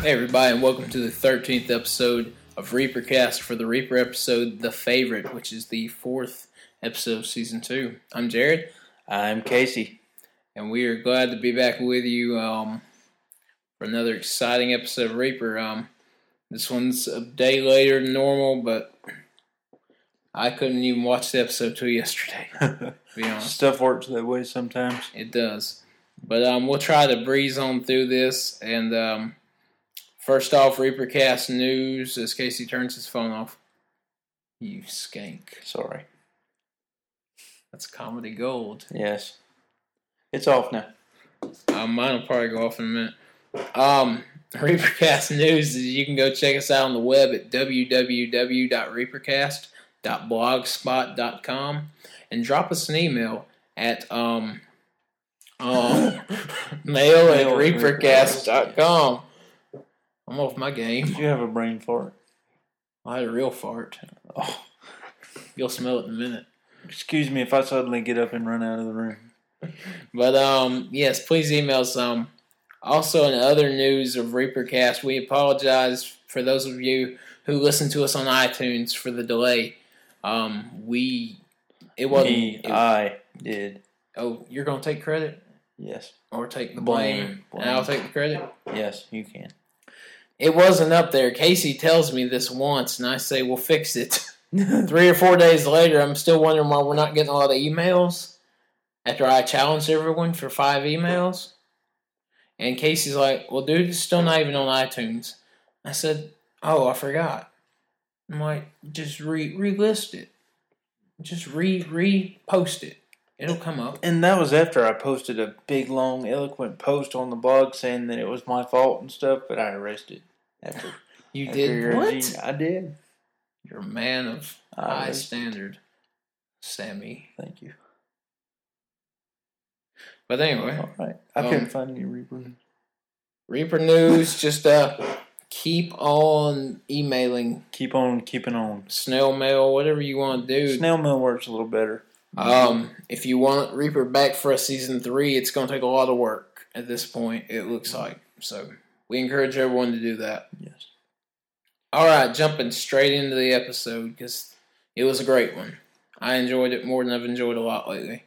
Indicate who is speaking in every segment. Speaker 1: Hey, everybody, and welcome to the 13th episode of Reapercast for the Reaper episode, The Favorite, which is the fourth episode of season two. I'm Jared,
Speaker 2: I'm Casey.
Speaker 1: and we are glad to be back with you um, for another exciting episode of Reaper. Um, this one's a day later than normal, but I couldn't even watch the episode till yesterday, to be honest.
Speaker 2: Stuff works that way sometimes.
Speaker 1: It does. But um, we'll try to breeze on through this. And um, first off, Reapercast news as Casey turns his phone off. You skank.
Speaker 2: Sorry.
Speaker 1: That's comedy gold.
Speaker 2: Yes. It's off now.
Speaker 1: Uh, mine will probably go off in a minute. Um, Reapercast news is you can go check us out on the web at www.reapercast.blogspot.com and drop us an email at um, um, mail at
Speaker 2: Mail at
Speaker 1: reapercast.com. I'm off my game.
Speaker 2: Did you have a brain fart?
Speaker 1: I had a real fart.
Speaker 2: Oh,
Speaker 1: You'll smell it in a minute.
Speaker 2: excuse me if I suddenly get up and run out of the room.
Speaker 1: But um, yes, please email some. Also, in other news of Reapercast, we apologize for those of you who listen to us on iTunes for the delay. Um, we it wasn't.
Speaker 2: Me,
Speaker 1: it-
Speaker 2: I did.
Speaker 1: oh, you're gonna take credit
Speaker 2: Yes.
Speaker 1: or take the blame,
Speaker 2: Blame, blame.
Speaker 1: and I'll take the credit.
Speaker 2: Yes, you can.
Speaker 1: It wasn't up there. Casey tells me this once, and I say we'll fix it. Three or four days later, I'm still wondering why we're not getting a lot of emails after I challenged everyone for five emails. And Casey's like, Well, dude, it's still not even on iTunes. I said, Oh, I forgot. I'm like, Just re relist it. Just re repost it. It'll come up.
Speaker 2: and that was after I posted a big, long, eloquent post on the blog saying that it was my fault and stuff, but I erased it. After,
Speaker 1: You
Speaker 2: after
Speaker 1: did
Speaker 2: your
Speaker 1: what?
Speaker 2: gene- I did.
Speaker 1: You're a man of
Speaker 2: I
Speaker 1: high
Speaker 2: erased it.
Speaker 1: standard, Sammy.
Speaker 2: Thank you.
Speaker 1: But anyway.
Speaker 2: All right. I
Speaker 1: Um,
Speaker 2: couldn't find any reaper.
Speaker 1: Reaper News, just uh, keep on emailing
Speaker 2: Keep on keeping on.
Speaker 1: snail mail, whatever you want to do.
Speaker 2: Snail mail works a little better.
Speaker 1: Um, if you want Reaper back for a season three, it's going to take a lot of work at this point, it looks like. So we encourage everyone to do that.
Speaker 2: Yes.
Speaker 1: All right, jumping straight into the episode because it was a great one. I enjoyed it more than I've enjoyed a lot lately.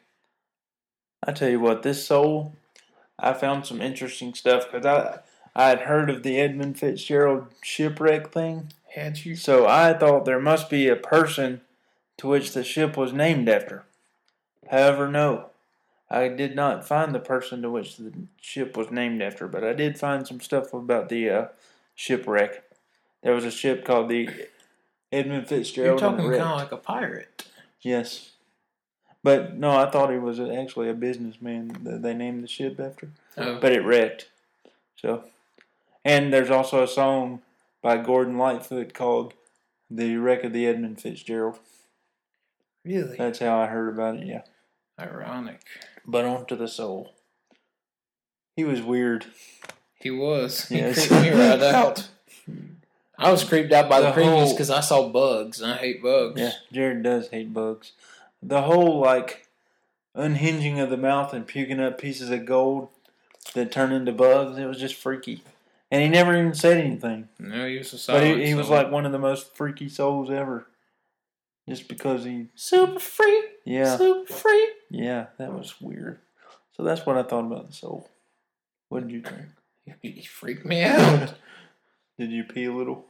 Speaker 2: I tell you what, this soul, I found some interesting stuff because I I had heard of the Edmund Fitzgerald shipwreck thing,
Speaker 1: Had you?
Speaker 2: so I thought there must be a person to which the ship was named after. However, no, I did not find the person to which the ship was named after, but I did find some stuff about the uh, shipwreck. There was a ship called the Edmund
Speaker 1: You're
Speaker 2: Fitzgerald. and
Speaker 1: talking kind
Speaker 2: Wreck.
Speaker 1: of like a pirate.
Speaker 2: Yes. But no, I thought he was actually a businessman that they named the ship after.
Speaker 1: Oh.
Speaker 2: But it wrecked. So, and there's also a song by Gordon Lightfoot called "The Wreck of the Edmund Fitzgerald."
Speaker 1: Really?
Speaker 2: That's how I heard about it. Yeah.
Speaker 1: Ironic.
Speaker 2: But on to the soul. He was weird.
Speaker 1: He was. He
Speaker 2: Yes.
Speaker 1: creeped me right out. I was creeped out by the,
Speaker 2: The
Speaker 1: previews
Speaker 2: whole-
Speaker 1: because I saw bugs and I hate bugs.
Speaker 2: Yeah, Jared does hate bugs. The whole like unhinging of the mouth and puking up pieces of gold that turn into bugs, it was just freaky. And he never even said anything.
Speaker 1: No, he was a
Speaker 2: But
Speaker 1: silent.
Speaker 2: he, he was
Speaker 1: soul.
Speaker 2: like one of the most freaky souls ever. Just because he
Speaker 1: super free,
Speaker 2: Yeah.
Speaker 1: super free.
Speaker 2: Yeah, that was weird. So that's what I thought about the soul. What did you think?
Speaker 1: He freaked me out,
Speaker 2: Did you pee a little?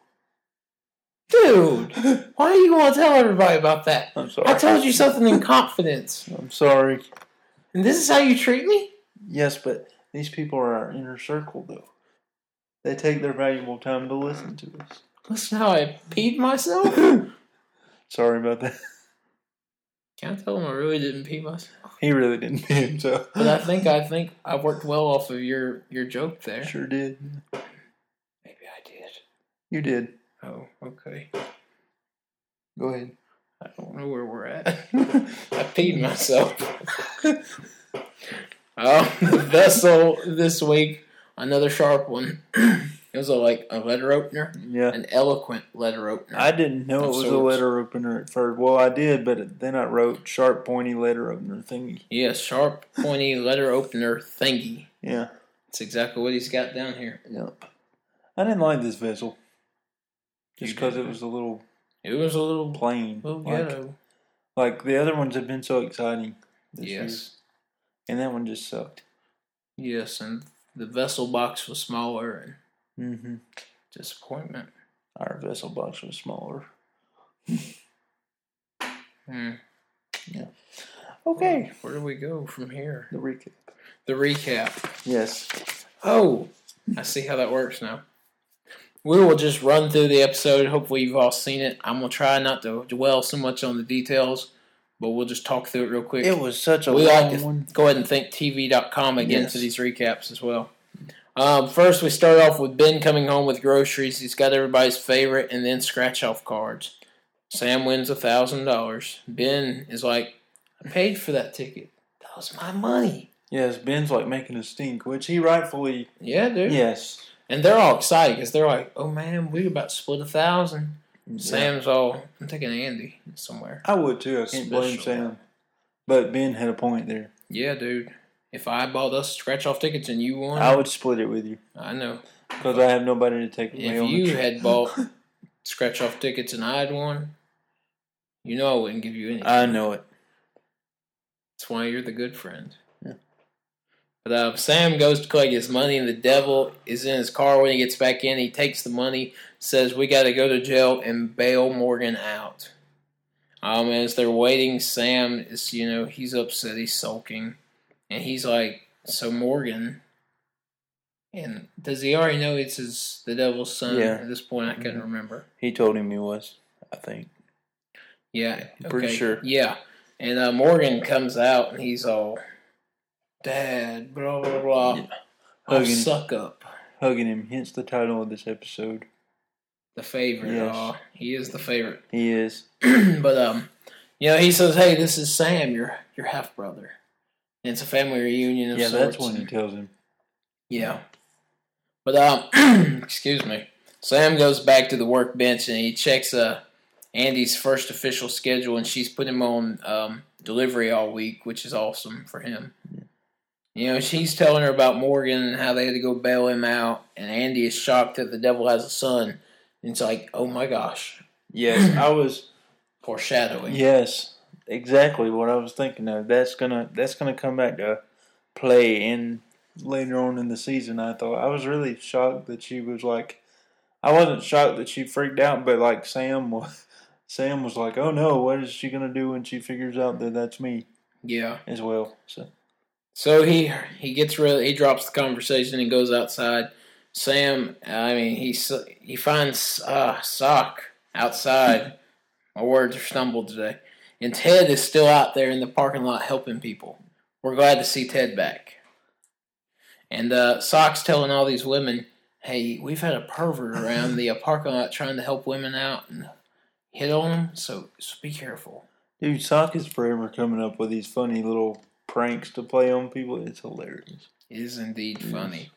Speaker 1: dude. Why do you want to tell everybody about that?
Speaker 2: I'm sorry.
Speaker 1: I told you something in confidence,
Speaker 2: I'm sorry.
Speaker 1: and this is how you treat me.
Speaker 2: Yes, but these people are our inner circle though. They take their valuable time to listen to us.
Speaker 1: Listen how I peed myself.
Speaker 2: Sorry about that.
Speaker 1: Can I tell him I really didn't pee myself?
Speaker 2: He really didn't pee himself.
Speaker 1: But I think I think I worked well off of your your joke there.
Speaker 2: sure did.
Speaker 1: Maybe I did.
Speaker 2: You did.
Speaker 1: Oh, okay.
Speaker 2: Go ahead.
Speaker 1: I don't know where we're at. I peed myself. um, the vessel this week, another sharp one. it was a, like a letter opener,
Speaker 2: Yeah.
Speaker 1: an eloquent letter opener.
Speaker 2: I didn't know it was a
Speaker 1: Sorts.
Speaker 2: letter opener at first. Well, I did, but then I wrote sharp, pointy letter opener thingy.
Speaker 1: yeah, sharp, pointy letter opener thingy.
Speaker 2: Yeah.
Speaker 1: That's exactly what he's got down here.
Speaker 2: Yep. I didn't like this vessel. Just because it was a little
Speaker 1: It was a little,
Speaker 2: plain.
Speaker 1: little
Speaker 2: Like,
Speaker 1: ghetto.
Speaker 2: like the other ones have been so exciting. this year.
Speaker 1: Yes.
Speaker 2: And that one just sucked.
Speaker 1: Yes, and the vessel box was smaller and
Speaker 2: hmm
Speaker 1: disappointment.
Speaker 2: Our vessel box was smaller.
Speaker 1: Hmm.
Speaker 2: Okay.
Speaker 1: Where do we go from here?
Speaker 2: The recap.
Speaker 1: The recap.
Speaker 2: Yes.
Speaker 1: Oh, I see how that works now. We will just run through the episode. Hopefully, you've all seen it. I'm gonna try not to dwell so much on the details, but we'll just talk through it real quick.
Speaker 2: It was such a
Speaker 1: we
Speaker 2: long
Speaker 1: like to
Speaker 2: one.
Speaker 1: go ahead and thank TV.com again
Speaker 2: Yes.
Speaker 1: for these recaps as well. Um, first, we start off with Ben coming home with groceries. He's got everybody's favorite, and then scratch off cards. Sam wins a thousand dollars. Ben is like, "I paid for that ticket. That was my money."
Speaker 2: Yes, Ben's like making a stink, which he rightfully.
Speaker 1: Yeah, dude.
Speaker 2: Yes.
Speaker 1: And they're all excited because they're like, "Oh man, we about to split a thousand. Sam's all, "I'm taking Andy somewhere."
Speaker 2: I would too. I can't blame
Speaker 1: Special.
Speaker 2: Sam. But Ben had a point there.
Speaker 1: Yeah, dude. If I bought us scratch off tickets and you won,
Speaker 2: I would split it with you
Speaker 1: I know.
Speaker 2: because I have nobody to take away
Speaker 1: If
Speaker 2: on the
Speaker 1: you
Speaker 2: trip.
Speaker 1: had bought scratch off tickets and I had won, you know I wouldn't give you any.
Speaker 2: I know it.
Speaker 1: That's why you're the good friend.
Speaker 2: Yeah.
Speaker 1: But uh, Sam goes to collect his money, and the devil is in his car when he gets back in. He takes the money, says, We got to go to jail and bail Morgan out. Um, and as they're waiting, Sam is, you know, he's upset, he's sulking. And he's like, So Morgan. And does he already know it's his the devil's son?
Speaker 2: Yeah. Mm-hmm.
Speaker 1: At this point, I couldn't remember.
Speaker 2: He told him he was. I think.
Speaker 1: Yeah,
Speaker 2: I'm pretty sure.
Speaker 1: Yeah, and uh, Morgan comes out and he's all, "Dad, blah blah blah, I'll
Speaker 2: Hugging.
Speaker 1: suck up
Speaker 2: Hugging him, hence the title of this episode.
Speaker 1: the favorite."
Speaker 2: Yes.
Speaker 1: Aw, he is the favorite,
Speaker 2: He is.
Speaker 1: but um, you know, he says, "Hey, this is Sam, your your half brother." And It's a family reunion. Of
Speaker 2: yeah, that's
Speaker 1: sorts.
Speaker 2: when he tells him.
Speaker 1: Yeah. But um excuse me. Sam goes back to the workbench and he checks uh Andy's first official schedule and she's put him on um delivery all week, which is awesome for him. You know, she's telling her about Morgan and how they had to go bail him out and Andy is shocked that the devil has a son. And it's like, oh my gosh.
Speaker 2: Yes, I was.
Speaker 1: Foreshadowing.
Speaker 2: Yes, exactly what I was thinking of. That's gonna that's gonna come back to play in later on in the season. I thought I was really shocked that she was like, I wasn't shocked that she freaked out, but like Sam was. Sam was like, "Oh no, what is she gonna do when she figures out that that's me
Speaker 1: Yeah.
Speaker 2: as well?" So
Speaker 1: So he he gets really he drops the conversation and goes outside. Sam, I mean, he s- he finds uh, sock outside. My words are stumbled today. And Ted is still out there in the parking lot helping people. We're glad to see Ted back. And uh, Sock's telling all these women, "Hey, we've had a pervert around the parking lot trying to help women out and hit on them. So, so be careful."
Speaker 2: Dude, Sock is forever coming up with these funny little pranks to play on people. It's hilarious.
Speaker 1: is indeed funny.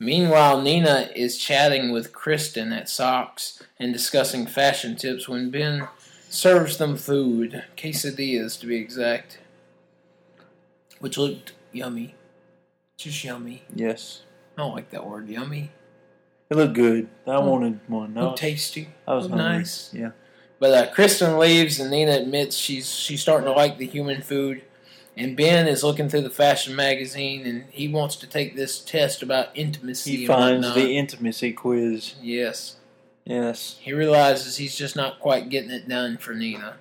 Speaker 1: Meanwhile, Nina is chatting with Kristen at Socks and discussing fashion tips when Ben serves them food, quesadillas to be exact, which looked yummy. Just yummy.
Speaker 2: Yes.
Speaker 1: I don't like that word, yummy.
Speaker 2: It looked good. I wanted one. I
Speaker 1: Look
Speaker 2: was,
Speaker 1: tasty.
Speaker 2: I was
Speaker 1: look
Speaker 2: hungry.
Speaker 1: Hmm. nice.
Speaker 2: Yeah.
Speaker 1: But uh, Kristen leaves, and Nina admits she's she's starting to like the human food. And Ben is looking through the fashion magazine, and he wants to take this test about intimacy.
Speaker 2: He
Speaker 1: and
Speaker 2: finds
Speaker 1: whatnot.
Speaker 2: the intimacy quiz.
Speaker 1: yes.
Speaker 2: Yes.
Speaker 1: He realizes he's just not quite getting it done for Nina.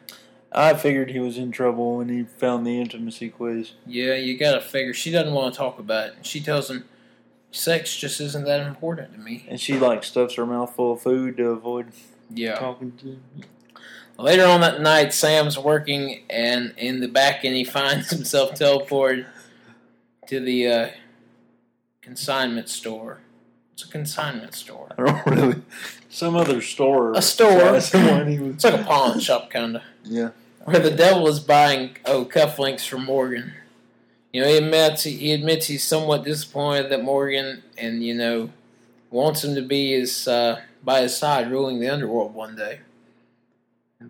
Speaker 2: I figured he was in trouble when he found the intimacy quiz.
Speaker 1: Yeah, you gotta figure. She doesn't want to talk about it. She tells him, sex just isn't that important to me.
Speaker 2: And she like stuffs her mouth full of food to avoid
Speaker 1: Yeah.
Speaker 2: talking to him.
Speaker 1: Later on that night, Sam's working and in the back, and he finds himself teleported to the uh, consignment store. It's a consignment store.
Speaker 2: I don't really some other store.
Speaker 1: A store.
Speaker 2: Someone he was
Speaker 1: It's like a pawn shop, kind of.
Speaker 2: Yeah.
Speaker 1: where the devil is buying oh cufflinks for Morgan. You know, he admits he admits he's somewhat disappointed that Morgan and you know wants him to be his uh, by his side, ruling the underworld one day.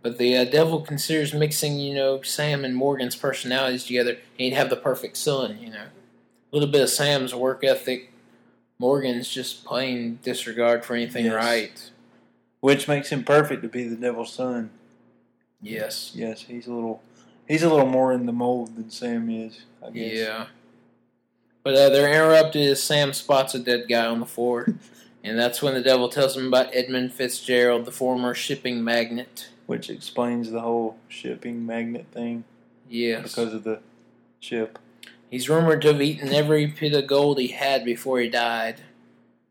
Speaker 1: But the uh, devil considers mixing, you know, Sam and Morgan's personalities together, and he'd have the perfect son. You know, a little bit of Sam's work ethic, Morgan's just plain disregard for anything
Speaker 2: Yes.
Speaker 1: right.
Speaker 2: which makes him perfect to be the devil's son.
Speaker 1: Yes.
Speaker 2: Yes, he's a little, he's a little more in the mold than Sam is. I guess.
Speaker 1: Yeah. But uh, they're interrupted as Sam spots a dead guy on the floor. and that's when the devil tells him about Edmund Fitzgerald, the former shipping magnate.
Speaker 2: Which explains the whole shipping magnet thing
Speaker 1: Yes.
Speaker 2: because of the ship.
Speaker 1: He's rumored to have eaten every bit of gold he had before he died,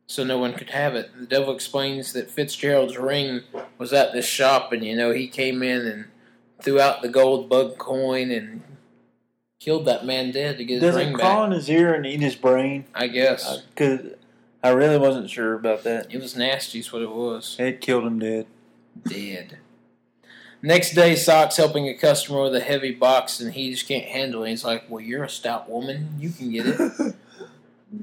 Speaker 1: so no one could have it. The devil explains that Fitzgerald's ring was at this shop, and you know, he came in and threw out the gold bug coin and killed that man dead to get his
Speaker 2: Does
Speaker 1: ring
Speaker 2: it crawl
Speaker 1: back.
Speaker 2: in his ear and eat his brain?
Speaker 1: I guess.
Speaker 2: Because I really wasn't sure about that.
Speaker 1: It was nasty, is what it was.
Speaker 2: It killed him dead.
Speaker 1: Dead. Next day, Sock's helping a customer with a heavy box, and he just can't handle it. He's like, Well, you're a stout woman. You can get it.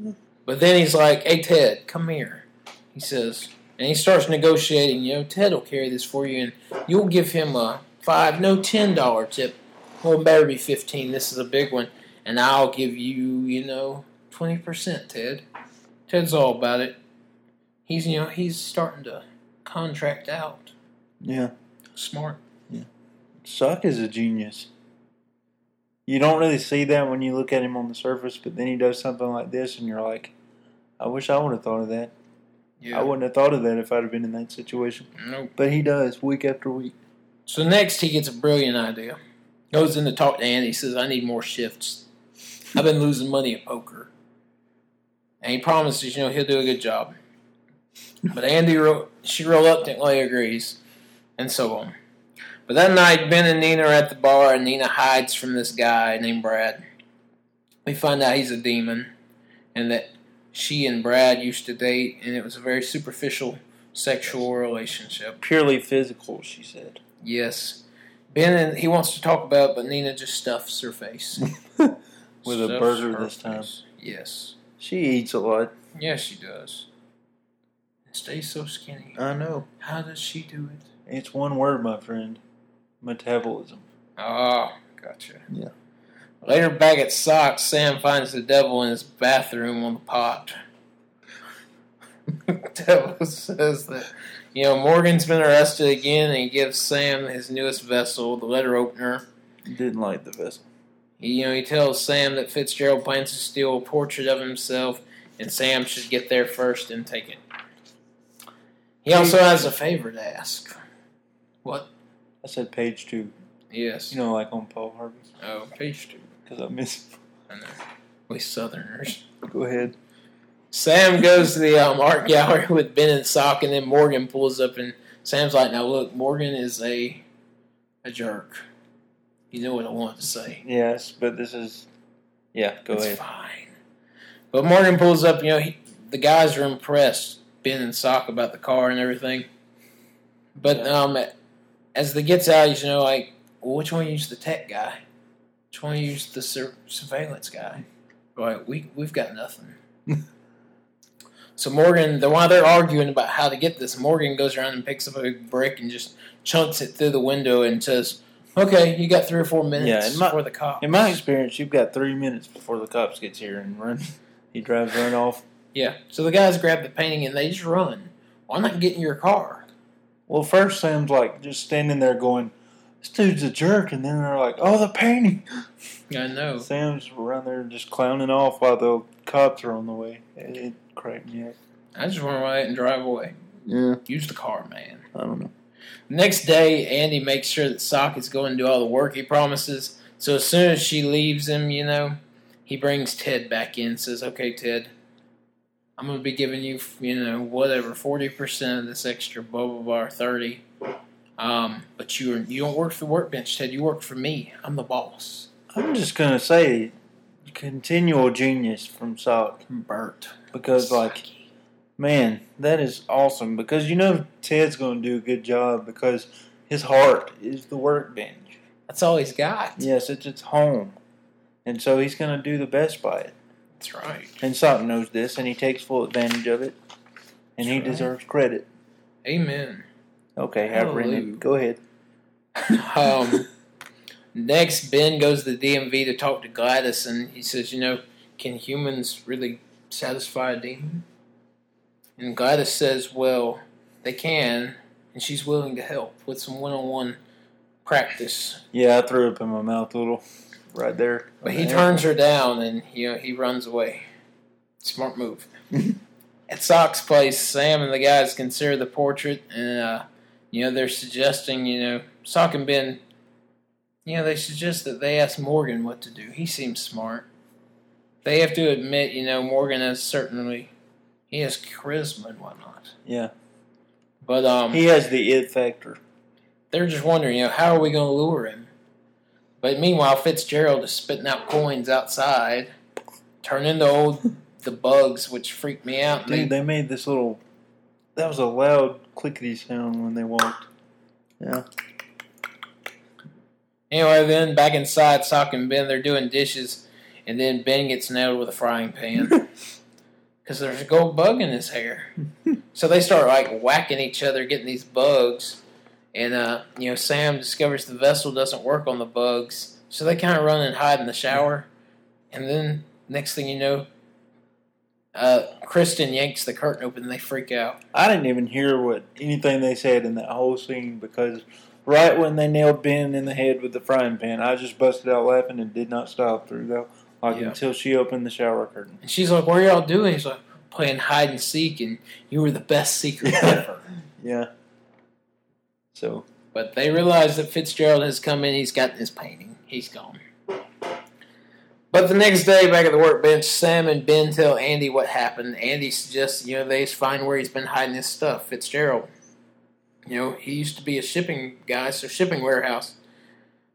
Speaker 1: But then he's like, "Hey Ted, come here," he says, and he starts negotiating. You know, Ted will carry this for you, and you'll give him a five, no ten dollar tip. Well, it better be fifteen. This is a big one, and I'll give you, you know, twenty percent. Ted, Ted's all about it. He's, you know, he's starting to contract out.
Speaker 2: yeah,
Speaker 1: Smart.
Speaker 2: Suck is a genius. You don't really see that when you look at him on the surface, but then he does something like this, and you're like, "I wish I would have thought of that.
Speaker 1: Yeah.
Speaker 2: I wouldn't have thought of that if I'd have been in that situation."
Speaker 1: Nope.
Speaker 2: But he does week after week.
Speaker 1: So next, he gets a brilliant idea. Goes in to talk to Andy. Says, "I need more shifts. I've been losing money at poker." And he promises, you know, he'll do a good job. But Andy, re- she reluctantly agrees, and so on. But that night, Ben and Nina are at the bar, and Nina hides from this guy named Brad. We find out he's a demon, and that she and Brad used to date, and it was a very superficial sexual relationship.
Speaker 2: Purely physical, she said.
Speaker 1: Yes. Ben and he wants to talk about it, but Nina just stuffs her face.
Speaker 2: With a
Speaker 1: Stuffs
Speaker 2: burger
Speaker 1: her
Speaker 2: this time.
Speaker 1: face. Yes.
Speaker 2: She eats a lot.
Speaker 1: Yes, she does. And stays so skinny.
Speaker 2: I know.
Speaker 1: How does she do it?
Speaker 2: It's one word, my friend. Metabolism.
Speaker 1: Oh, gotcha.
Speaker 2: Yeah.
Speaker 1: Later back at Socks, Sam finds the devil in his bathroom on the pot. devil says that, you know, Morgan's been arrested again and he gives Sam his newest vessel, the letter opener.
Speaker 2: Didn't like the vessel.
Speaker 1: He, you know, he tells Sam that Fitzgerald plans to steal a portrait of himself, and Sam should get there first and take it. He also has a favor to ask. What?
Speaker 2: I said page two.
Speaker 1: Yes.
Speaker 2: You know, like on Paul Harvey.
Speaker 1: Oh, page two.
Speaker 2: Because I miss.
Speaker 1: We Southerners.
Speaker 2: Go ahead.
Speaker 1: Sam goes to the um, art gallery with Ben and Sock, and then Morgan pulls up, and Sam's like, "Now look, Morgan is a a jerk. You know what I wanted to say."
Speaker 2: Yes, but this is. Yeah, go
Speaker 1: it's
Speaker 2: ahead.
Speaker 1: fine. But Morgan pulls up. You know, he, the guys are impressed, Ben and Sock, about the car and everything. But
Speaker 2: Yeah.
Speaker 1: um, as they gets out, he's you know like, well, which one used the tech guy? Which one used the sur- surveillance guy? Right, we we've got nothing. so Morgan, the, while they're arguing about how to get this, Morgan goes around and picks up a big brick and just chunks it through the window and says, "Okay, you got three or four minutes
Speaker 2: in my-
Speaker 1: for the cop."
Speaker 2: In my experience, you've got three minutes before the cops gets here and run. He drives run off.
Speaker 1: Yeah. So the guys grab the painting and they just run. Why not get in your car?
Speaker 2: Well, first Sam's like just standing there going, "This dude's a jerk," and then they're like, "Oh, the painting."
Speaker 1: I know.
Speaker 2: Sam's around there just clowning off while the cops are on the way. It, it cracked me up.
Speaker 1: I just want to ride it and drive away.
Speaker 2: Yeah,
Speaker 1: Use the car, man.
Speaker 2: I don't know.
Speaker 1: Next day, Andy makes sure that Sock is going to do all the work he promises. So as soon as she leaves him, you know, he brings Ted back in. Says, "Okay, Ted, I'm gonna be giving you, you know, whatever, forty percent of this extra, blah blah blah, or thirty. Um, but you you don't work for the workbench, Ted. You work for me. I'm the boss."
Speaker 2: I'm just gonna say, continual genius from Sock
Speaker 1: Bert
Speaker 2: because, like,
Speaker 1: Saki.
Speaker 2: man, that is awesome. Because you know Ted's gonna do a good job because his heart is the workbench.
Speaker 1: That's all he's got.
Speaker 2: Yes, it's its home, and so he's gonna do the best by it.
Speaker 1: That's right.
Speaker 2: And Sock knows this, and he takes full advantage of it, and he
Speaker 1: That's right.
Speaker 2: deserves credit.
Speaker 1: Amen.
Speaker 2: Okay, I've written
Speaker 1: Hallelujah.
Speaker 2: it. Go ahead.
Speaker 1: Um, next, Ben goes to the DMV to talk to Gladys, and he says, "You know, can humans really satisfy a demon?" And Gladys says, well, they can, and she's willing to help with some one on one practice.
Speaker 2: Yeah, I threw up in my mouth a little right there.
Speaker 1: But he turns her down and you know, he runs away. Smart move. At Sox Place, Sam and the guys consider the portrait and uh, you know, they're suggesting, you know, Sock and Ben you know, they suggest that they ask Morgan what to do. He seems smart. They have to admit, you know, Morgan has certainly he has charisma and whatnot.
Speaker 2: Yeah.
Speaker 1: But um
Speaker 2: He has the it factor.
Speaker 1: they're just wondering, you know, how are we going to lure him? But meanwhile, Fitzgerald is spitting out coins outside, turning to old the bugs, which freaked me out. And
Speaker 2: Dude,
Speaker 1: they-
Speaker 2: they made this little. That was a loud clickety sound when they walked. Yeah.
Speaker 1: anyway, then back inside, Sock and Ben, they're doing dishes, and then Ben gets nailed with a frying pan because there's a gold bug in his hair. so they start like whacking each other, getting these bugs, and uh, you know Sam discovers the vessel doesn't work on the bugs, so they kind of run and hide in the shower, and then next thing you know, uh, Kristen yanks the curtain open, and they freak out.
Speaker 2: I didn't even hear what anything they said in that whole scene because right when they nailed Ben in the head with the frying pan, I just busted out laughing and did not stop through though, like
Speaker 1: Yeah.
Speaker 2: until she opened the shower curtain.
Speaker 1: And she's like, "What are y'all doing?" He's like, "Playing hide and seek, and you were the best seeker
Speaker 2: Yeah.
Speaker 1: ever."
Speaker 2: Yeah. So
Speaker 1: But they realize that Fitzgerald has come in. He's gotten his painting. He's gone. But the next day, back at the workbench, Sam and Ben tell Andy what happened. Andy suggests, you know, they just find where he's been hiding his stuff, Fitzgerald. You know, he used to be a shipping guy, so shipping warehouse.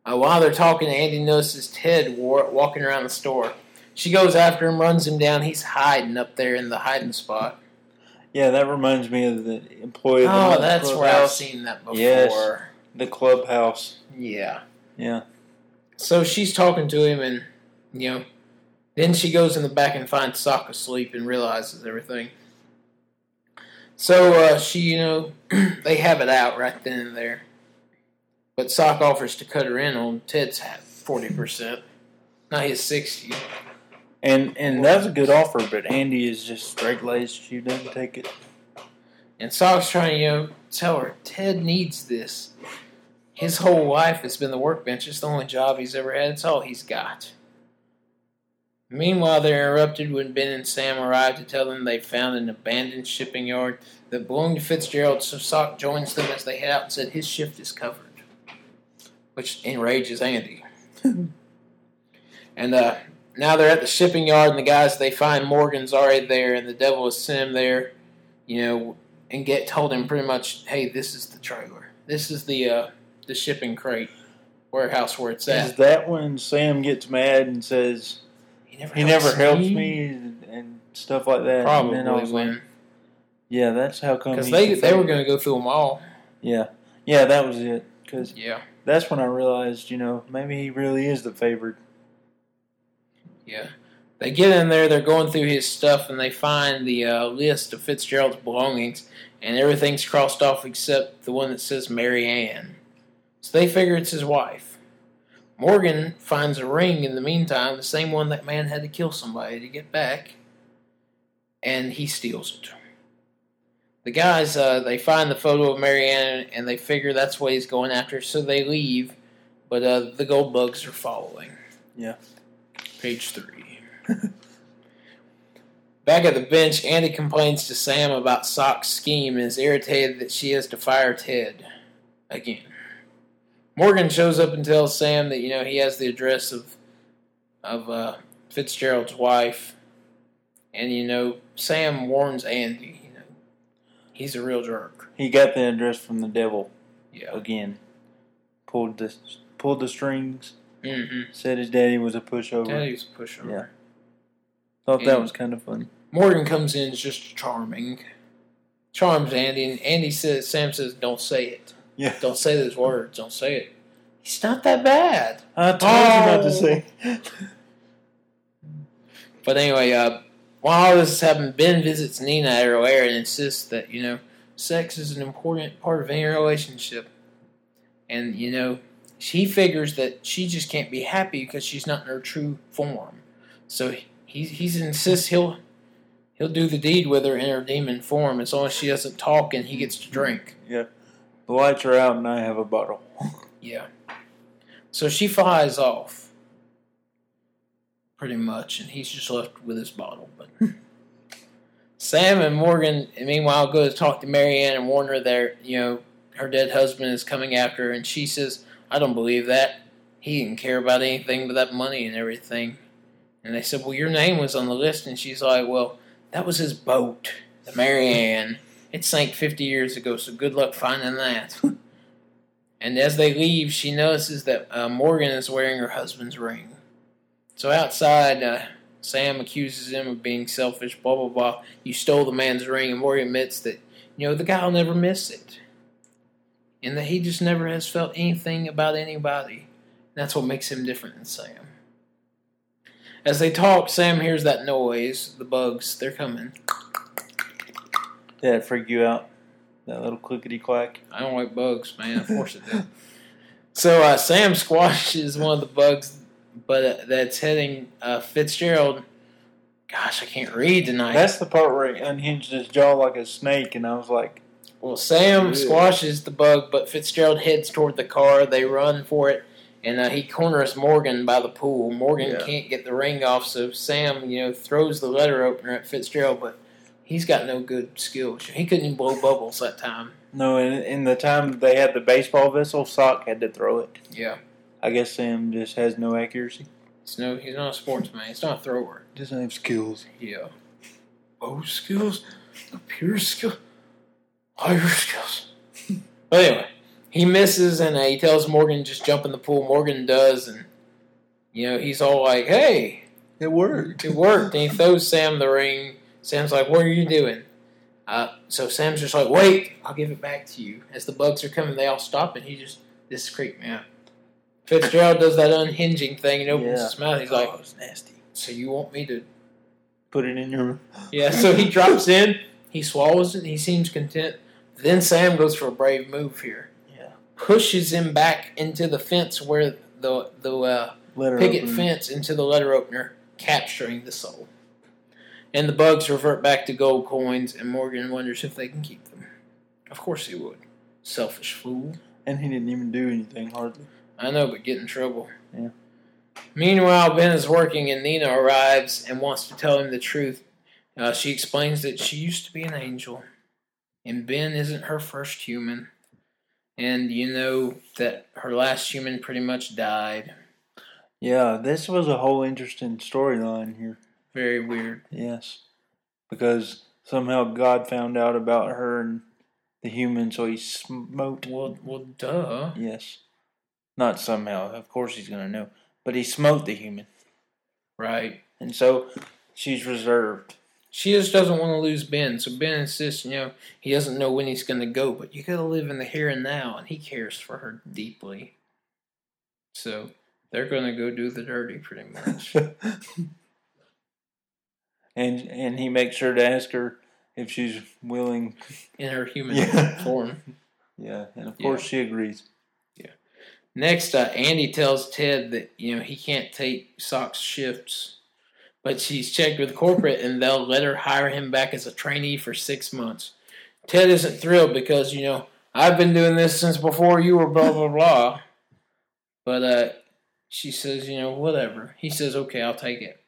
Speaker 1: Uh, while they're talking, Andy notices Ted war- walking around the store. She goes after him, runs him down. He's hiding up there in the hiding spot.
Speaker 2: yeah, that reminds me of the employee. Of the
Speaker 1: Oh,
Speaker 2: month
Speaker 1: that's where I've
Speaker 2: clubhouse.
Speaker 1: seen that before.
Speaker 2: Yes. the clubhouse.
Speaker 1: Yeah.
Speaker 2: Yeah.
Speaker 1: So she's talking to him, and you know, then she goes in the back and finds Sock asleep and realizes everything. So uh, she, you know, they have it out right then and there. But Sock offers to cut her in on Ted's forty percent, not his sixty.
Speaker 2: And and that's a good offer, but Andy is just straight laced. She doesn't take it.
Speaker 1: And Sock's trying to you know, tell her Ted needs this. His whole life has been the workbench. It's the only job he's ever had. It's all he's got. Meanwhile, they're interrupted when Ben and Sam arrive to tell them they've found an abandoned shipping yard that belonged to Fitzgerald. So Sock joins them as they head out and said his shift is covered, which enrages Andy. and uh, now they're at the shipping yard, and the guys they find Morgan's already there, and the devil is Sim there. You know, and get told him pretty much, "Hey, this is the trailer. This is the uh, the shipping crate warehouse where it's
Speaker 2: Is
Speaker 1: at."
Speaker 2: that when Sam gets mad and says
Speaker 1: He never,
Speaker 2: he never helps me and, and stuff like that?
Speaker 1: Probably
Speaker 2: and then I was like,
Speaker 1: when
Speaker 2: yeah, that's how come.
Speaker 1: because
Speaker 2: he
Speaker 1: they
Speaker 2: can
Speaker 1: they
Speaker 2: fail.
Speaker 1: were going to go through them all.
Speaker 2: Yeah, yeah, that was it. Because
Speaker 1: Yeah,
Speaker 2: that's when I realized, you know, maybe he really is the favorite.
Speaker 1: yeah. They get in there. They're going through his stuff, and they find the uh, list of Fitzgerald's belongings, and everything's crossed off except the one that says Mary Ann. So they figure it's his wife. Morgan finds a ring in the meantime, the same one that man had to kill somebody to get back, and he steals it. The guys uh, they find the photo of Marianne and they figure that's what he's going after, so they leave. But uh, the gold bugs are following.
Speaker 2: Yeah.
Speaker 1: Page three. Back at the bench, Andy complains to Sam about Sock's scheme and is irritated that she has to fire Ted again. Morgan shows up and tells Sam that you know he has the address of of uh, Fitzgerald's wife, and you know Sam warns Andy. You know he's a real jerk.
Speaker 2: He got the address from the devil
Speaker 1: Yeah.
Speaker 2: again. Pulled the pulled the strings.
Speaker 1: Mm-hmm.
Speaker 2: Said his daddy was a pushover.
Speaker 1: Daddy's a pushover.
Speaker 2: uh, Yeah. Thought that
Speaker 1: And-
Speaker 2: was kind of funny.
Speaker 1: Morgan comes in, is just charming, charms Andy, and Andy says, Sam says, "Don't say it.
Speaker 2: Yeah.
Speaker 1: Don't say those words. Don't say it. He's not that bad."
Speaker 2: I told you
Speaker 1: Oh!
Speaker 2: not to say.
Speaker 1: But anyway, uh, while all this is happening, Ben visits Nina at her lair and insists that, you know, sex is an important part of any relationship. And, you know, he figures that she just can't be happy because she's not in her true form. So he, he insists he'll He'll do the deed with her in her demon form as long as she doesn't talk and he gets to drink.
Speaker 2: The lights are out and I have a bottle.
Speaker 1: Yeah. So she flies off. Pretty much, and he's just left with his bottle. But Sam and Morgan, meanwhile, go to talk to Marianne and warn her that you know her dead husband is coming after her, and she says, "I don't believe that. He didn't care about anything but that money and everything." And they said, "Well, your name was on the list," and she's like, "Well, that was his boat, the Marianne. It sank 50 years ago, so good luck finding that." And as they leave, she notices that uh, Morgan is wearing her husband's ring. So outside, uh, Sam accuses him of being selfish, blah, blah, blah. You stole the man's ring. And Morgan admits that, you know, the guy'll never miss it. And that he just never has felt anything about anybody. That's what makes him different than Sam. As they talk, Sam hears that noise. The bugs, they're coming.
Speaker 2: That freak you out? That little clickety clack.
Speaker 1: I don't like bugs, man. Of course it does. So uh, Sam squashes one of the bugs, but uh, that's hitting uh, Fitzgerald. Gosh, I can't read tonight.
Speaker 2: That's the part where he unhinged his jaw like a snake, and I was like,
Speaker 1: well, Sam
Speaker 2: Yeah.
Speaker 1: squashes the bug, but Fitzgerald heads toward the car. They run for it, and uh, he corners Morgan by the pool. Morgan
Speaker 2: Yeah.
Speaker 1: can't get the ring off, so Sam, you know, throws the letter opener at Fitzgerald, but he's got no good skills. He couldn't even blow bubbles that time.
Speaker 2: no. In, in the time they had the baseball vessel, Sock had to throw it.
Speaker 1: Yeah,
Speaker 2: I guess Sam just has no accuracy.
Speaker 1: he's no, he's not a sportsman. He's not a thrower.
Speaker 2: Doesn't have skills.
Speaker 1: Yeah. uh, Bow skills, the pure skill, higher skills. but anyway, he misses and uh, he tells Morgan just jump in the pool. Morgan does, and you know he's all like, "Hey,
Speaker 2: It worked.
Speaker 1: it worked." and he throws Sam the ring. Sam's like, "What are you doing?" Uh, so Sam's just like, "Wait, I'll give it back to you." As the bugs are coming, they all stop, and he just this creep me out. Fitzgerald does that unhinging thing and opens
Speaker 2: Yeah.
Speaker 1: his mouth. He's like,
Speaker 2: oh, it's nasty.
Speaker 1: "So you want me to
Speaker 2: Put it in your.
Speaker 1: Yeah, so he drops in, he swallows it, he seems content. Then Sam goes for a brave move here.
Speaker 2: Yeah.
Speaker 1: Pushes him back into the fence where the the uh,
Speaker 2: Let her
Speaker 1: picket
Speaker 2: open.
Speaker 1: fence into the letter opener, capturing the soul. And the bugs revert back to gold coins, and Morgan wonders if they can keep them. Of course he would. Selfish fool.
Speaker 2: And he didn't even do anything hardly.
Speaker 1: I know, but get in trouble.
Speaker 2: Yeah.
Speaker 1: Meanwhile, Ben is working, and Nina arrives and wants to tell him the truth. Uh, she explains that she used to be an angel, and Ben isn't her first human. And you know that her last human pretty much died.
Speaker 2: Yeah, this was a whole interesting storyline here.
Speaker 1: Very weird.
Speaker 2: Yes. Because somehow God found out about her and the human, so he smote.
Speaker 1: Well, well, duh.
Speaker 2: Yes. Not somehow. Of course he's going to know. But he smote the human.
Speaker 1: Right.
Speaker 2: And so she's reserved.
Speaker 1: She just doesn't want to lose Ben, so Ben insists, you know, he doesn't know when he's going to go, but you got to live in the here and now, and he cares for her deeply. So they're going to go do the dirty, pretty much.
Speaker 2: And and he makes sure to ask her if she's willing.
Speaker 1: in her human
Speaker 2: Yeah.
Speaker 1: form.
Speaker 2: Yeah. And of
Speaker 1: Yeah.
Speaker 2: course she agrees.
Speaker 1: Next, uh, Andy tells Ted that, you know, he can't take Sock's shifts, but she's checked with corporate and they'll let her hire him back as a trainee for six months. Ted isn't thrilled because, you know, I've been doing this since before you were blah, blah, blah. But uh, she says, you know, whatever. He says, okay, I'll take it.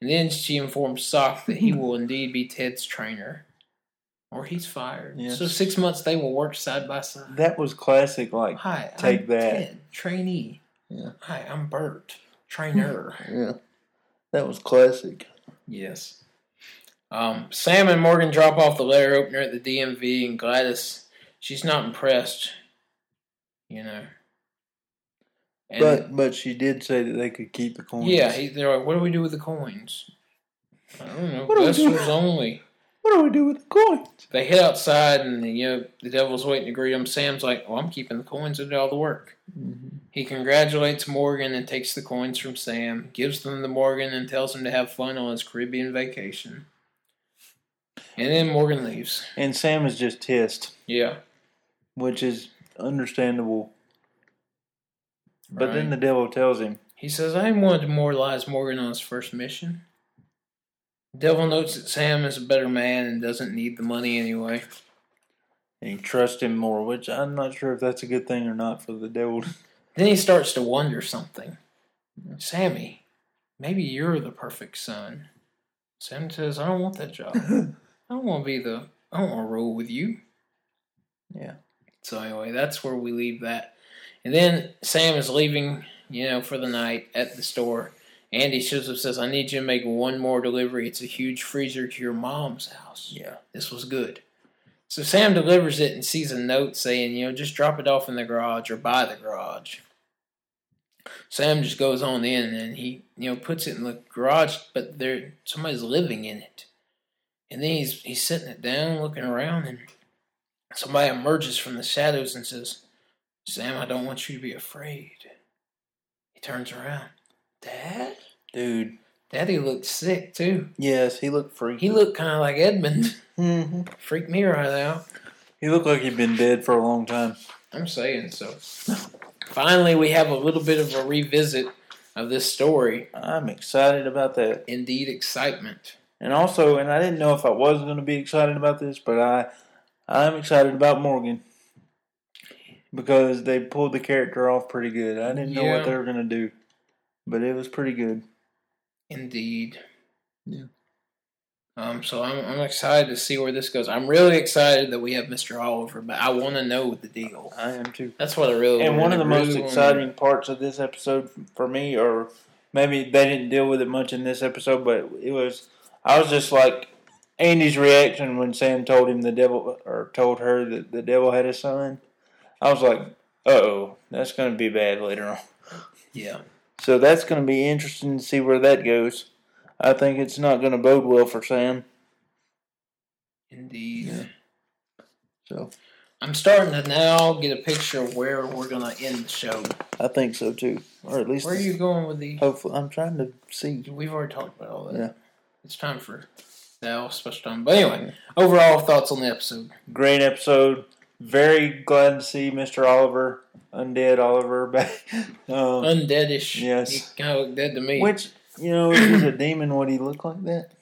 Speaker 1: And then she informs Sock that he will indeed be Ted's trainer or he's fired.
Speaker 2: Yes.
Speaker 1: So six months they will work side by side.
Speaker 2: That was classic. Like,
Speaker 1: Hi,
Speaker 2: Take
Speaker 1: I'm
Speaker 2: that.
Speaker 1: Ted, trainee.
Speaker 2: Yeah.
Speaker 1: Hi, I'm Bert, trainer.
Speaker 2: yeah. That was classic.
Speaker 1: yes. Um, Sam and Morgan drop off the letter opener at the DMV, and Gladys, she's not impressed. You know. And,
Speaker 2: But but she did say that they could keep the coins.
Speaker 1: yeah, he, they're like, "What do we do with the coins?" I don't know.
Speaker 2: What do we do?
Speaker 1: Investors only.
Speaker 2: What do we do with the coins?
Speaker 1: They head outside, and you know the devil's waiting to greet them. Sam's like, "Well, I'm keeping the coins. I did all the work."
Speaker 2: Mm-hmm.
Speaker 1: He congratulates Morgan and takes the coins from Sam, gives them to Morgan, and tells him to have fun on his Caribbean vacation. And then Morgan leaves.
Speaker 2: And Sam is just pissed,
Speaker 1: Yeah.
Speaker 2: which is understandable. But then
Speaker 1: Right.
Speaker 2: the devil tells him,
Speaker 1: He says, I didn't want to demoralize Morgan on his first mission. Devil notes that Sam is a better man and doesn't need the money anyway.
Speaker 2: And you trust him more, which I'm not sure if that's a good thing or not for the devil.
Speaker 1: Then he starts to wonder something. Sammy, maybe you're the perfect son. Sam says, I don't want that job. I don't want to be the, I don't want to rule with you.
Speaker 2: Yeah.
Speaker 1: So anyway, that's where we leave that. And then Sam is leaving, you know, for the night at the store. Andy shows up says, I need you to make one more delivery. It's a huge freezer to your mom's house.
Speaker 2: Yeah.
Speaker 1: This was good. So Sam delivers it and sees a note saying, you know, just drop it off in the garage or by the garage. Sam just goes on in and he, you know, puts it in the garage, but there somebody's living in it. And then he's he's sitting it down, looking around, and somebody emerges from the shadows and says, Sam, I don't want you to be afraid. He turns around. Dad?
Speaker 2: Dude.
Speaker 1: Daddy looked sick too.
Speaker 2: Yes, he looked freaky.
Speaker 1: He looked kind of like Edmund.
Speaker 2: hmm
Speaker 1: Freaked me right out.
Speaker 2: He looked like he'd been dead for a long time.
Speaker 1: I'm saying so. Finally, we have a little bit of a revisit of this story.
Speaker 2: I'm excited about that.
Speaker 1: Indeed, excitement.
Speaker 2: And also, and I didn't know if I was going to be excited about this, but I, I'm excited about Morgan because they pulled the character off pretty good. I didn't know
Speaker 1: Yeah.
Speaker 2: what they were going to do, but it was pretty good.
Speaker 1: Indeed.
Speaker 2: Yeah.
Speaker 1: Um, so I'm, I'm excited to see where this goes. I'm really excited that we have Mr. Oliver, but I want to know the deal.
Speaker 2: I am too.
Speaker 1: That's what I really
Speaker 2: And one of the
Speaker 1: really
Speaker 2: most
Speaker 1: wanna-
Speaker 2: exciting parts of this episode for me, or maybe they didn't deal with it much in this episode, but it was I was just like Andy's reaction when Sam told him the devil or told her that the devil had a son. I was like, uh oh, that's going to be bad later on.
Speaker 1: Yeah.
Speaker 2: So that's going to be interesting to see where that goes. I think it's not going to bode well for Sam.
Speaker 1: Indeed.
Speaker 2: Yeah. So
Speaker 1: I'm starting to now get a picture of where we're gonna end the show.
Speaker 2: I think so too, or at least
Speaker 1: Where are you going with the?
Speaker 2: hopefully. I'm trying to see.
Speaker 1: We've already talked about all that.
Speaker 2: Yeah.
Speaker 1: It's time for now special time. But anyway, overall thoughts on the episode.
Speaker 2: Great episode. Very glad to see Mr. Oliver, undead Oliver, back. Um,
Speaker 1: Undeadish.
Speaker 2: Yes.
Speaker 1: He kind of looked dead to me.
Speaker 2: which you know, if he's a demon, would he look like that?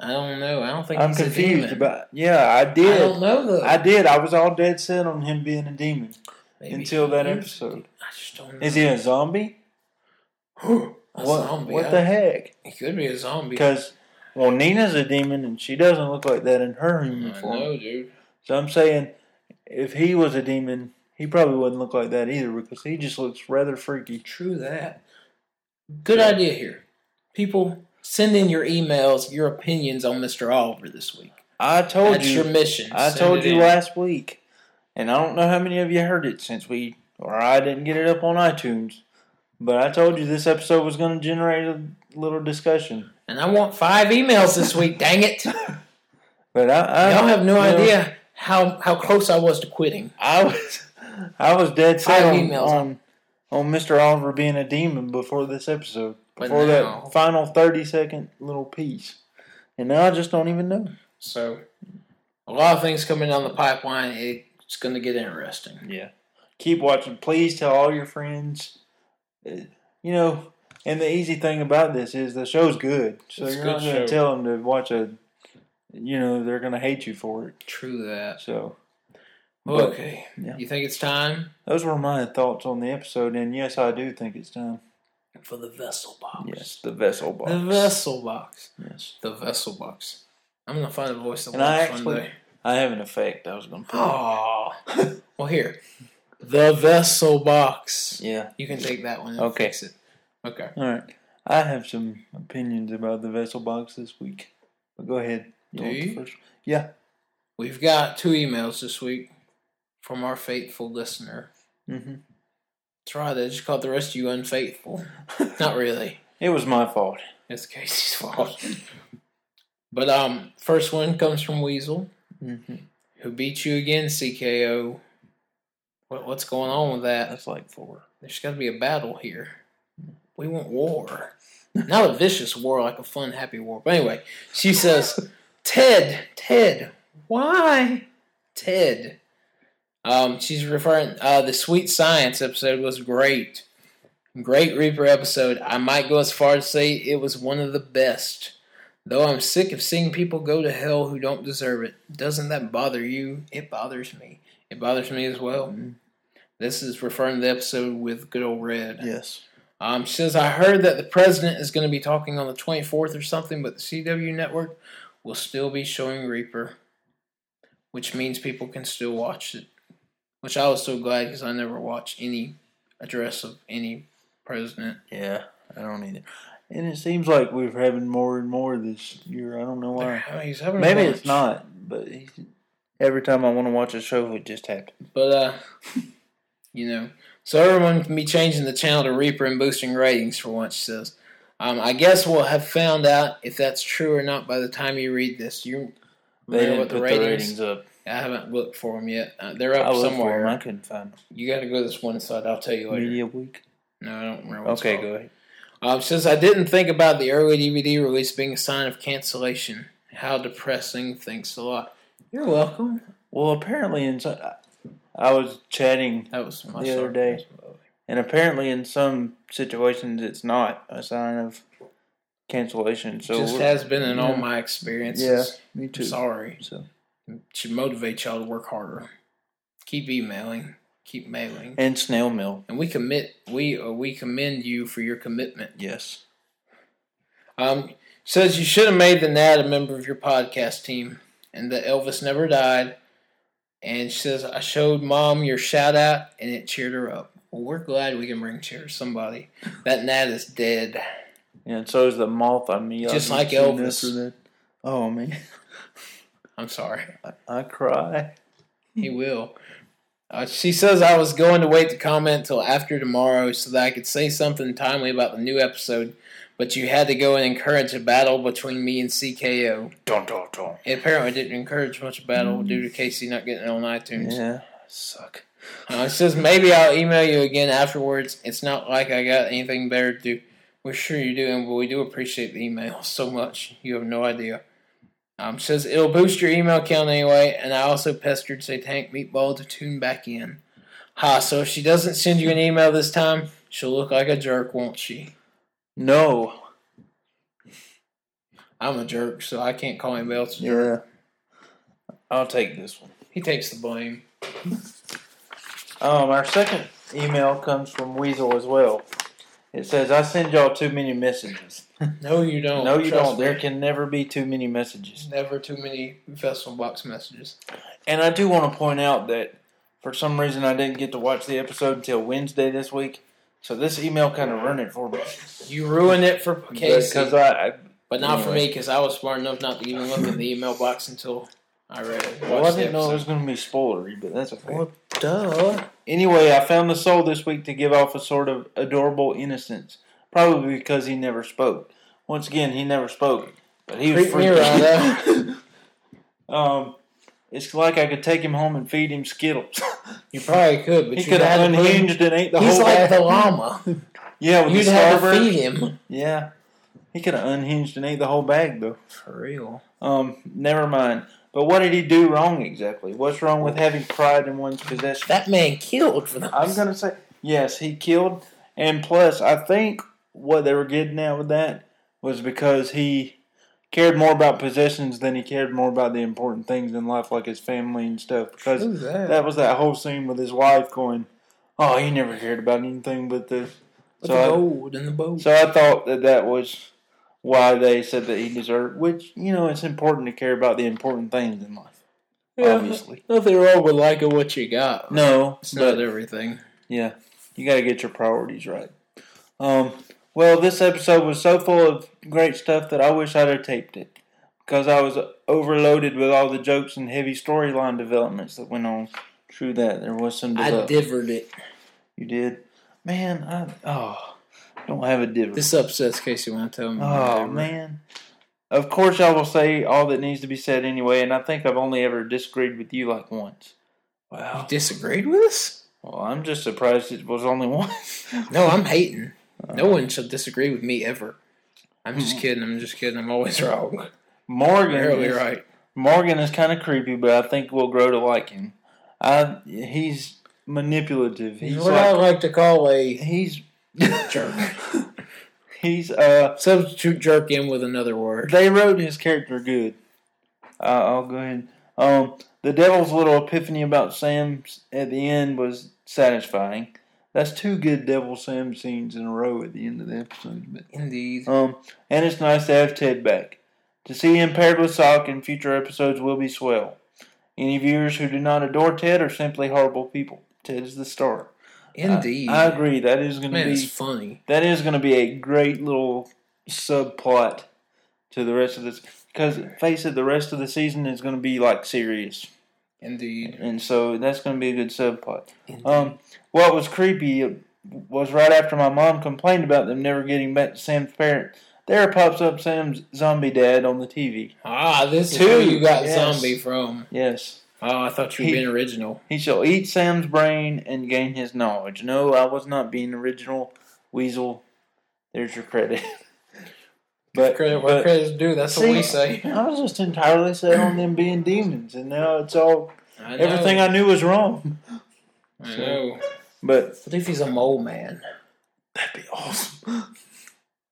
Speaker 1: I don't know. I don't think
Speaker 2: I'm
Speaker 1: he's a
Speaker 2: confused
Speaker 1: demon.
Speaker 2: about. Yeah, I
Speaker 1: I don't
Speaker 2: did.
Speaker 1: know though.
Speaker 2: I, did. I was all dead set on him being a demon
Speaker 1: Maybe
Speaker 2: until
Speaker 1: he
Speaker 2: that
Speaker 1: is.
Speaker 2: episode.
Speaker 1: I just don't know.
Speaker 2: Is he a zombie?
Speaker 1: a
Speaker 2: what?
Speaker 1: zombie?
Speaker 2: What
Speaker 1: I-
Speaker 2: the heck?
Speaker 1: He could be a zombie.
Speaker 2: Because well, Nina's a demon and she doesn't look like that in her
Speaker 1: I
Speaker 2: human form.
Speaker 1: know, dude.
Speaker 2: So I'm saying, if he was a demon, he probably wouldn't look like that either because he just looks rather freaky.
Speaker 1: True that. Good
Speaker 2: Yeah.
Speaker 1: idea here. People, send in your emails, your opinions on Mr. Oliver this week.
Speaker 2: I told
Speaker 1: That's
Speaker 2: you.
Speaker 1: your mission.
Speaker 2: I
Speaker 1: Send
Speaker 2: told
Speaker 1: it
Speaker 2: you
Speaker 1: in.
Speaker 2: last week, and I don't know how many of you heard it since we, or I didn't get it up on iTunes, but I told you this episode was going to generate a little discussion.
Speaker 1: And I want five emails this week, dang it.
Speaker 2: But I, I
Speaker 1: Y'all have no
Speaker 2: you know,
Speaker 1: idea how, how close I was to quitting.
Speaker 2: I was, I was dead set
Speaker 1: Five
Speaker 2: on,
Speaker 1: emails.
Speaker 2: on on Mr. Oliver being a demon before this episode,
Speaker 1: But
Speaker 2: before
Speaker 1: now-
Speaker 2: that final thirty second little piece, and now I just don't even know.
Speaker 1: So, a lot of things coming down the pipeline. It's going to get interesting.
Speaker 2: Yeah. Keep watching. Please tell all your friends. Uh, You know, and the easy thing about this is the show's good, so
Speaker 1: It's a
Speaker 2: you're
Speaker 1: good
Speaker 2: not going to
Speaker 1: show.
Speaker 2: tell them to watch a. You know, they're going to hate you for it.
Speaker 1: True that.
Speaker 2: So But-
Speaker 1: Okay.
Speaker 2: Yeah.
Speaker 1: You think it's time
Speaker 2: those were my thoughts on the episode, and yes, I do think it's time.
Speaker 1: for the vessel box?
Speaker 2: Yes, the vessel box.
Speaker 1: The vessel box.
Speaker 2: Yes,
Speaker 1: The vessel box. I'm gonna find a voice that
Speaker 2: And I
Speaker 1: works
Speaker 2: actually-
Speaker 1: one day.
Speaker 2: I have an effect. I was going to.
Speaker 1: Oh. well, here. The vessel box.
Speaker 2: Yeah.
Speaker 1: You can take that one and
Speaker 2: Okay.
Speaker 1: fix it. Okay.
Speaker 2: All right. I have some opinions about the vessel box this week. But go ahead.
Speaker 1: Do
Speaker 2: want the
Speaker 1: you?
Speaker 2: first- Yeah.
Speaker 1: We've got two emails this week from our faithful listener.
Speaker 2: hmm
Speaker 1: That's right. They just called the rest of you unfaithful. Not really.
Speaker 2: It was my fault.
Speaker 1: It's Casey's fault. but um, first one comes from Weasel,
Speaker 2: hmm
Speaker 1: who beat you again, CKO. What, what's going on with that?
Speaker 2: That's like four.
Speaker 1: There's got to be a battle here. We want war. Not a vicious war, like a fun, happy war. But anyway, she says, Ted, Ted, why? Ted. Um, she's referring, uh, the Sweet Science episode was great. Great Reaper episode. I might go as far as to say it was one of the best. Though I'm sick of seeing people go to hell who don't deserve it, doesn't that bother you? It bothers me. It bothers me as well. This is referring to the episode with good old Red.
Speaker 2: Yes.
Speaker 1: Um, she says, I heard that the president is going to be talking on the 24th or something, but the CW network will still be showing Reaper, which means people can still watch it. Which I was so glad because I never watch any address of any president.
Speaker 2: Yeah. I don't either. And it seems like we're having more and more this year. I don't know why.
Speaker 1: I mean, he's having a
Speaker 2: Maybe it's
Speaker 1: bunch.
Speaker 2: not, but he- every time I want to watch a show, it just happens.
Speaker 1: But uh, you know, so everyone can be changing the channel to Reaper and boosting ratings for once. She says, um, "I guess we'll have found out if that's true or not by the time you read this." You remember
Speaker 2: They didn't
Speaker 1: what the
Speaker 2: put
Speaker 1: ratings?
Speaker 2: the ratings up.
Speaker 1: I haven't looked for them yet. Uh, they're
Speaker 2: I
Speaker 1: up
Speaker 2: looked for 'em,
Speaker 1: somewhere.
Speaker 2: I couldn't find them.
Speaker 1: You got to go to this one site. I'll tell you later.
Speaker 2: Media Week.
Speaker 1: No, I don't remember. What
Speaker 2: Mm-hmm. Okay, go ahead.
Speaker 1: Um, since I didn't think about the early DVD release being a sign of cancellation, how depressing. Thanks a lot. You're welcome.
Speaker 2: Well, apparently, in some, I was chatting,
Speaker 1: That was my
Speaker 2: The other day. and apparently, in some situations, it's not a sign of cancellation. So
Speaker 1: just
Speaker 2: we're-
Speaker 1: has been in all
Speaker 2: yeah.
Speaker 1: my experiences.
Speaker 2: yeah, me
Speaker 1: I'm
Speaker 2: too.
Speaker 1: sorry.
Speaker 2: So
Speaker 1: Should motivate y'all to work harder. Keep emailing. Keep mailing.
Speaker 2: and snail mail.
Speaker 1: And we commit. We or we commend you for your commitment.
Speaker 2: Yes.
Speaker 1: Um, says you should have made the Nat a member of your podcast team, and that Elvis never died. And she says I showed mom your shout out, and it cheered her up. Well, we're glad we can bring cheer to somebody. That Nat is dead.
Speaker 2: And so is the moth I mean.
Speaker 1: Just
Speaker 2: I've
Speaker 1: like
Speaker 2: seen
Speaker 1: Elvis.
Speaker 2: this or that. Oh man,
Speaker 1: I'm sorry.
Speaker 2: I, I cry.
Speaker 1: He will. Uh, she says I was going to wait to comment till after tomorrow so that I could say something timely about the new episode, but you had to go and encourage a battle between me and CKO.
Speaker 2: Dun dun dun.
Speaker 1: It apparently didn't encourage much battle due to Casey not getting it on iTunes.
Speaker 2: Yeah, suck.
Speaker 1: Uh, it says maybe I'll email you again afterwards. It's not like I got anything better to do. We're sure you do, and we do appreciate the email so much. You have no idea. Um, it says it'll boost your email count anyway, and I also pestered Satanic Meatball to tune back in. Ha! So if she doesn't send you an email this time, she'll look like a jerk, won't she?
Speaker 2: No.
Speaker 1: I'm a jerk, so I can't call anybody else. a jerk.
Speaker 2: Yeah. I'll take this one.
Speaker 1: He takes the blame.
Speaker 2: Um, our second email comes from Weasel as well. It says, "I send y'all too many messages.
Speaker 1: No, you don't.
Speaker 2: no, you
Speaker 1: Trust
Speaker 2: don't.
Speaker 1: me.
Speaker 2: There can never be too many messages."
Speaker 1: There's never too many vessel box messages.
Speaker 2: And I do want to point out that for some reason I didn't get to watch the episode until Wednesday this week, so this email kind of ruined it for me
Speaker 1: You ruin it for Casey.
Speaker 2: because I, I
Speaker 1: But not for me
Speaker 2: Anyway.
Speaker 1: because I was smart enough not to even look in the email box until I read it.
Speaker 2: well, I
Speaker 1: watched the
Speaker 2: didn't know it was
Speaker 1: episode.
Speaker 2: going to be spoilery, but that's okay.
Speaker 1: Well, duh.
Speaker 2: Anyway, I found the soul this week to give off a sort of adorable innocence, probably because he never spoke. Once again, he never spoke, but he was
Speaker 1: Creep me
Speaker 2: freaking.
Speaker 1: right out.
Speaker 2: Um, it's like I could take him home and feed him Skittles.
Speaker 1: You probably could, but
Speaker 2: he
Speaker 1: you
Speaker 2: could have
Speaker 1: gotta put him-
Speaker 2: unhinged and ate the
Speaker 1: He's
Speaker 2: whole
Speaker 1: like
Speaker 2: bag.
Speaker 1: the llama.
Speaker 2: yeah, with
Speaker 1: You'd
Speaker 2: the
Speaker 1: have to
Speaker 2: Starburst.
Speaker 1: feed him.
Speaker 2: Yeah, he could have unhinged and ate the whole bag though.
Speaker 1: For real.
Speaker 2: Um, never mind. But what did he do wrong exactly? What's wrong with having pride in one's possession?
Speaker 1: That man killed for
Speaker 2: I'm
Speaker 1: that.
Speaker 2: gonna say yes, he killed. And plus, I think what they were getting at with that was because he cared more about possessions than he cared more about the important things in life, like his family and stuff. Because
Speaker 1: Who's that?
Speaker 2: that was that whole scene with his wife going, "Oh, he never cared about anything but this."
Speaker 1: With
Speaker 2: So I-
Speaker 1: the gold and the boat.
Speaker 2: So I thought that that was why they said that he deserved. Which you know, it's important to care about the important things in life.
Speaker 1: Yeah,
Speaker 2: obviously.
Speaker 1: Nothing wrong with liking what you got.
Speaker 2: No,
Speaker 1: It's
Speaker 2: but
Speaker 1: not everything.
Speaker 2: Yeah, you got to get your priorities right. Um, well, this episode was so full of great stuff that I wish I'd have taped it because I was overloaded with all the jokes and heavy storyline developments that went on. True that there was some.
Speaker 1: I
Speaker 2: develop-
Speaker 1: diverted it.
Speaker 2: You did, man. I oh, don't have a div.
Speaker 1: This upsets Casey when I tell him.
Speaker 2: oh man. Of course, I will say all that needs to be said anyway, and I think I've only ever disagreed with you like once. Wow.
Speaker 1: Disagreed with us?
Speaker 2: Well, I'm just surprised it was only once.
Speaker 1: No, I'm hating. No one should disagree with me ever. I'm just kidding. I'm just kidding. I'm always wrong.
Speaker 2: Morgan
Speaker 1: Barely
Speaker 2: is-
Speaker 1: right.
Speaker 2: Morgan is kind of creepy, but I think we'll grow to like him. I he's manipulative. He's
Speaker 1: what I
Speaker 2: like,
Speaker 1: like to call a
Speaker 2: he's
Speaker 1: jerk.
Speaker 2: He's uh.
Speaker 1: Substitute jerk in with another word.
Speaker 2: They wrote his character good. Uh, I'll go ahead. Um, the devil's little epiphany about Sam at the end was satisfying. That's two good devil Sam scenes in a row at the end of the episode. But
Speaker 1: Indeed.
Speaker 2: Um, and it's nice to have Ted back. To see him paired with Sock in future episodes will be swell. Any viewers who do not adore Ted are simply horrible people. Ted is the star.
Speaker 1: Indeed.
Speaker 2: I, I agree. That is going to
Speaker 1: Man,
Speaker 2: be
Speaker 1: it's funny.
Speaker 2: that is going to be a great little subplot to the rest of this. Because face it, the rest of the season is going to be like serious,
Speaker 1: Indeed.
Speaker 2: and so that's going to be a good subplot. Um, what was creepy was right after my mom complained about them never getting back to Sam's parents. There pops up Sam's zombie dad on the TV.
Speaker 1: Ah, this is
Speaker 2: Two,
Speaker 1: where you got
Speaker 2: yes.
Speaker 1: zombie from.
Speaker 2: Yes,
Speaker 1: Oh, I thought you were
Speaker 2: He-
Speaker 1: being original.
Speaker 2: he shall eat Sam's brain and gain his knowledge. No, I was not being original, Weasel. There's your credit. but,
Speaker 1: Credit where
Speaker 2: but
Speaker 1: credit's due. That's what we
Speaker 2: See,
Speaker 1: say.
Speaker 2: I was just entirely set on them being demons, and now it's all
Speaker 1: I know.
Speaker 2: everything I knew was wrong.
Speaker 1: I know.
Speaker 2: But
Speaker 1: What if he's a mole man?
Speaker 2: that'd be awesome.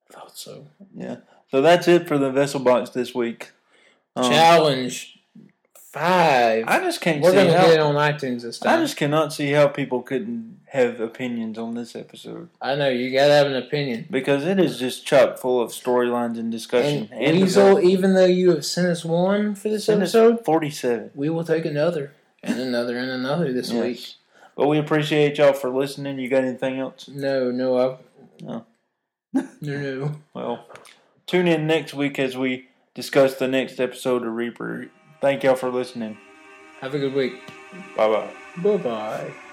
Speaker 1: I thought so.
Speaker 2: yeah. So that's it for the vessel box this week. Um,
Speaker 1: Challenge five.
Speaker 2: I just can't
Speaker 1: We're
Speaker 2: see
Speaker 1: gonna
Speaker 2: how.
Speaker 1: get it on iTunes this
Speaker 2: I
Speaker 1: time. I,
Speaker 2: just cannot see how people couldn't have opinions on this episode
Speaker 1: know you gotta have an opinion.
Speaker 2: because it is just chock full of storylines and discussion.
Speaker 1: And Weasel,
Speaker 2: development.
Speaker 1: even though you have sent us one for this
Speaker 2: Send us
Speaker 1: episode,
Speaker 2: forty-seven
Speaker 1: we will take another and another and another this
Speaker 2: Yes.
Speaker 1: week.
Speaker 2: But we appreciate y'all for listening. You got anything else?
Speaker 1: No, no, I.
Speaker 2: No.
Speaker 1: no, no.
Speaker 2: Well, tune in next week as we discuss the next episode of Reaper. Thank y'all for listening.
Speaker 1: Have a good week.
Speaker 2: Bye bye.
Speaker 1: Bye bye.